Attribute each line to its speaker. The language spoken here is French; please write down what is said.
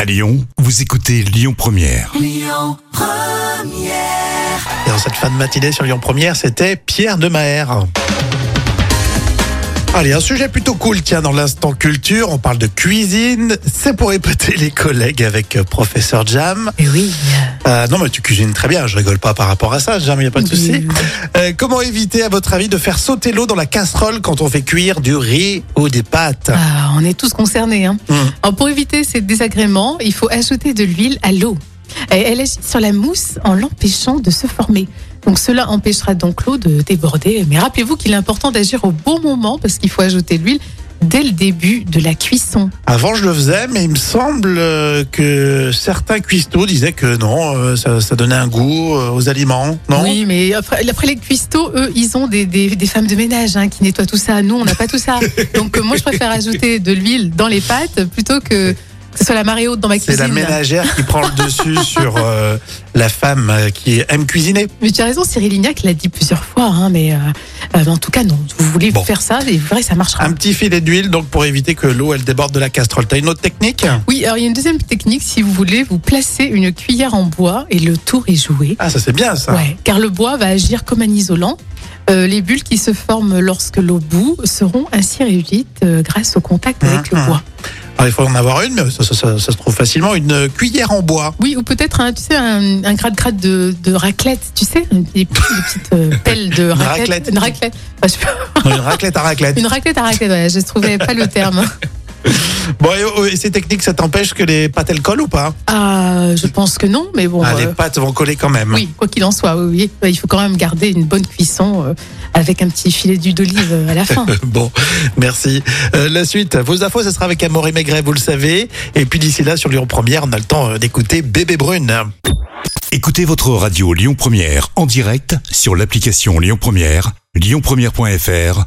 Speaker 1: À Lyon, vous écoutez Lyon Première.
Speaker 2: Et dans cette fin de matinée sur Lyon Première, c'était Pierre de Maher. Allez, un sujet plutôt cool, tiens, dans l'instant culture, on parle de cuisine, c'est pour épater les collègues avec euh, professeur Jam.
Speaker 3: Mais oui.
Speaker 2: Euh, non, mais tu cuisines très bien, je rigole pas par rapport à ça, Jam, il n'y a pas de souci. Euh, comment éviter, à votre avis, de faire sauter l'eau dans la casserole quand on fait cuire du riz ou des pâtes
Speaker 3: Ah, on est tous concernés. hein.
Speaker 2: Mmh.
Speaker 3: Alors, pour éviter ces désagréments, il faut ajouter de l'huile à l'eau. Et Elle agit sur la mousse en l'empêchant de se former. Donc cela empêchera donc l'eau de déborder. Mais rappelez-vous qu'il est important d'agir au bon moment parce qu'il faut ajouter l'huile dès le début de la cuisson.
Speaker 2: Avant, je le faisais, mais il me semble euh, que certains cuistots disaient que non, euh, ça, ça donnait un goût euh, aux aliments, non
Speaker 3: oui, mais après, après les cuistots, eux, ils ont des, des- des femmes de ménage hein, qui nettoient tout ça. Nous, on n'a pas tout ça. Donc euh, moi, je préfère ajouter de l'huile dans les pâtes plutôt que que ce soit la marée haute dans ma
Speaker 2: C'est
Speaker 3: cuisine.
Speaker 2: la ménagère qui prend le dessus sur euh, la femme euh, qui aime cuisiner.
Speaker 3: Mais tu as raison, Cyril Lignac l'a dit plusieurs fois, hein, mais euh, euh, en tout cas, non. Vous voulez
Speaker 2: Bon. Ah.
Speaker 3: faire ça, et vrai, ça marchera.
Speaker 2: Un petit filet d'huile donc pour éviter que l'eau elle déborde de la casserole. T'as une autre technique
Speaker 3: Oui, alors il y a une deuxième technique, si vous voulez, vous placez une cuillère en bois et le tour est joué.
Speaker 2: Ah ça c'est bien ça.
Speaker 3: Ouais, car le bois va agir comme un isolant. Euh, les bulles qui se forment lorsque l'eau bout seront ainsi réduites euh, grâce au contact avec
Speaker 2: Mhm.
Speaker 3: le bois.
Speaker 2: Alors, il faut en avoir une, mais ça, ça- ça- ça se trouve facilement. Une euh, cuillère en bois.
Speaker 3: Oui, ou peut-être, un, tu sais, un, un grade-grade de, de raclette, tu sais, des, des petites euh, pelles de raclette.
Speaker 2: raclette.
Speaker 3: Une raclette. Enfin, je sais pas,
Speaker 2: Non, une raclette à raclette.
Speaker 3: une raclette à raclette, ouais, je trouvais pas le terme.
Speaker 2: Bon et, et ces techniques ça t'empêche que les pâtes elles collent ou pas
Speaker 3: Ah, je pense que non, mais bon.
Speaker 2: Ah, Les
Speaker 3: euh,
Speaker 2: pâtes vont coller quand même.
Speaker 3: oui, quoi qu'il en soit, oui, oui, oui, il faut quand même garder une bonne cuisson euh, avec un petit filet d'huile d'olive euh, à la fin.
Speaker 2: Bon, merci. Euh, la suite, vos infos, ce sera avec Amaury Maigret, vous le savez. Et puis d'ici là, sur Lyon Première, on a le temps euh, d'écouter Bébé Brune.
Speaker 1: Écoutez votre radio Lyon Première en direct sur l'application Lyon Première, lyonpremière.fr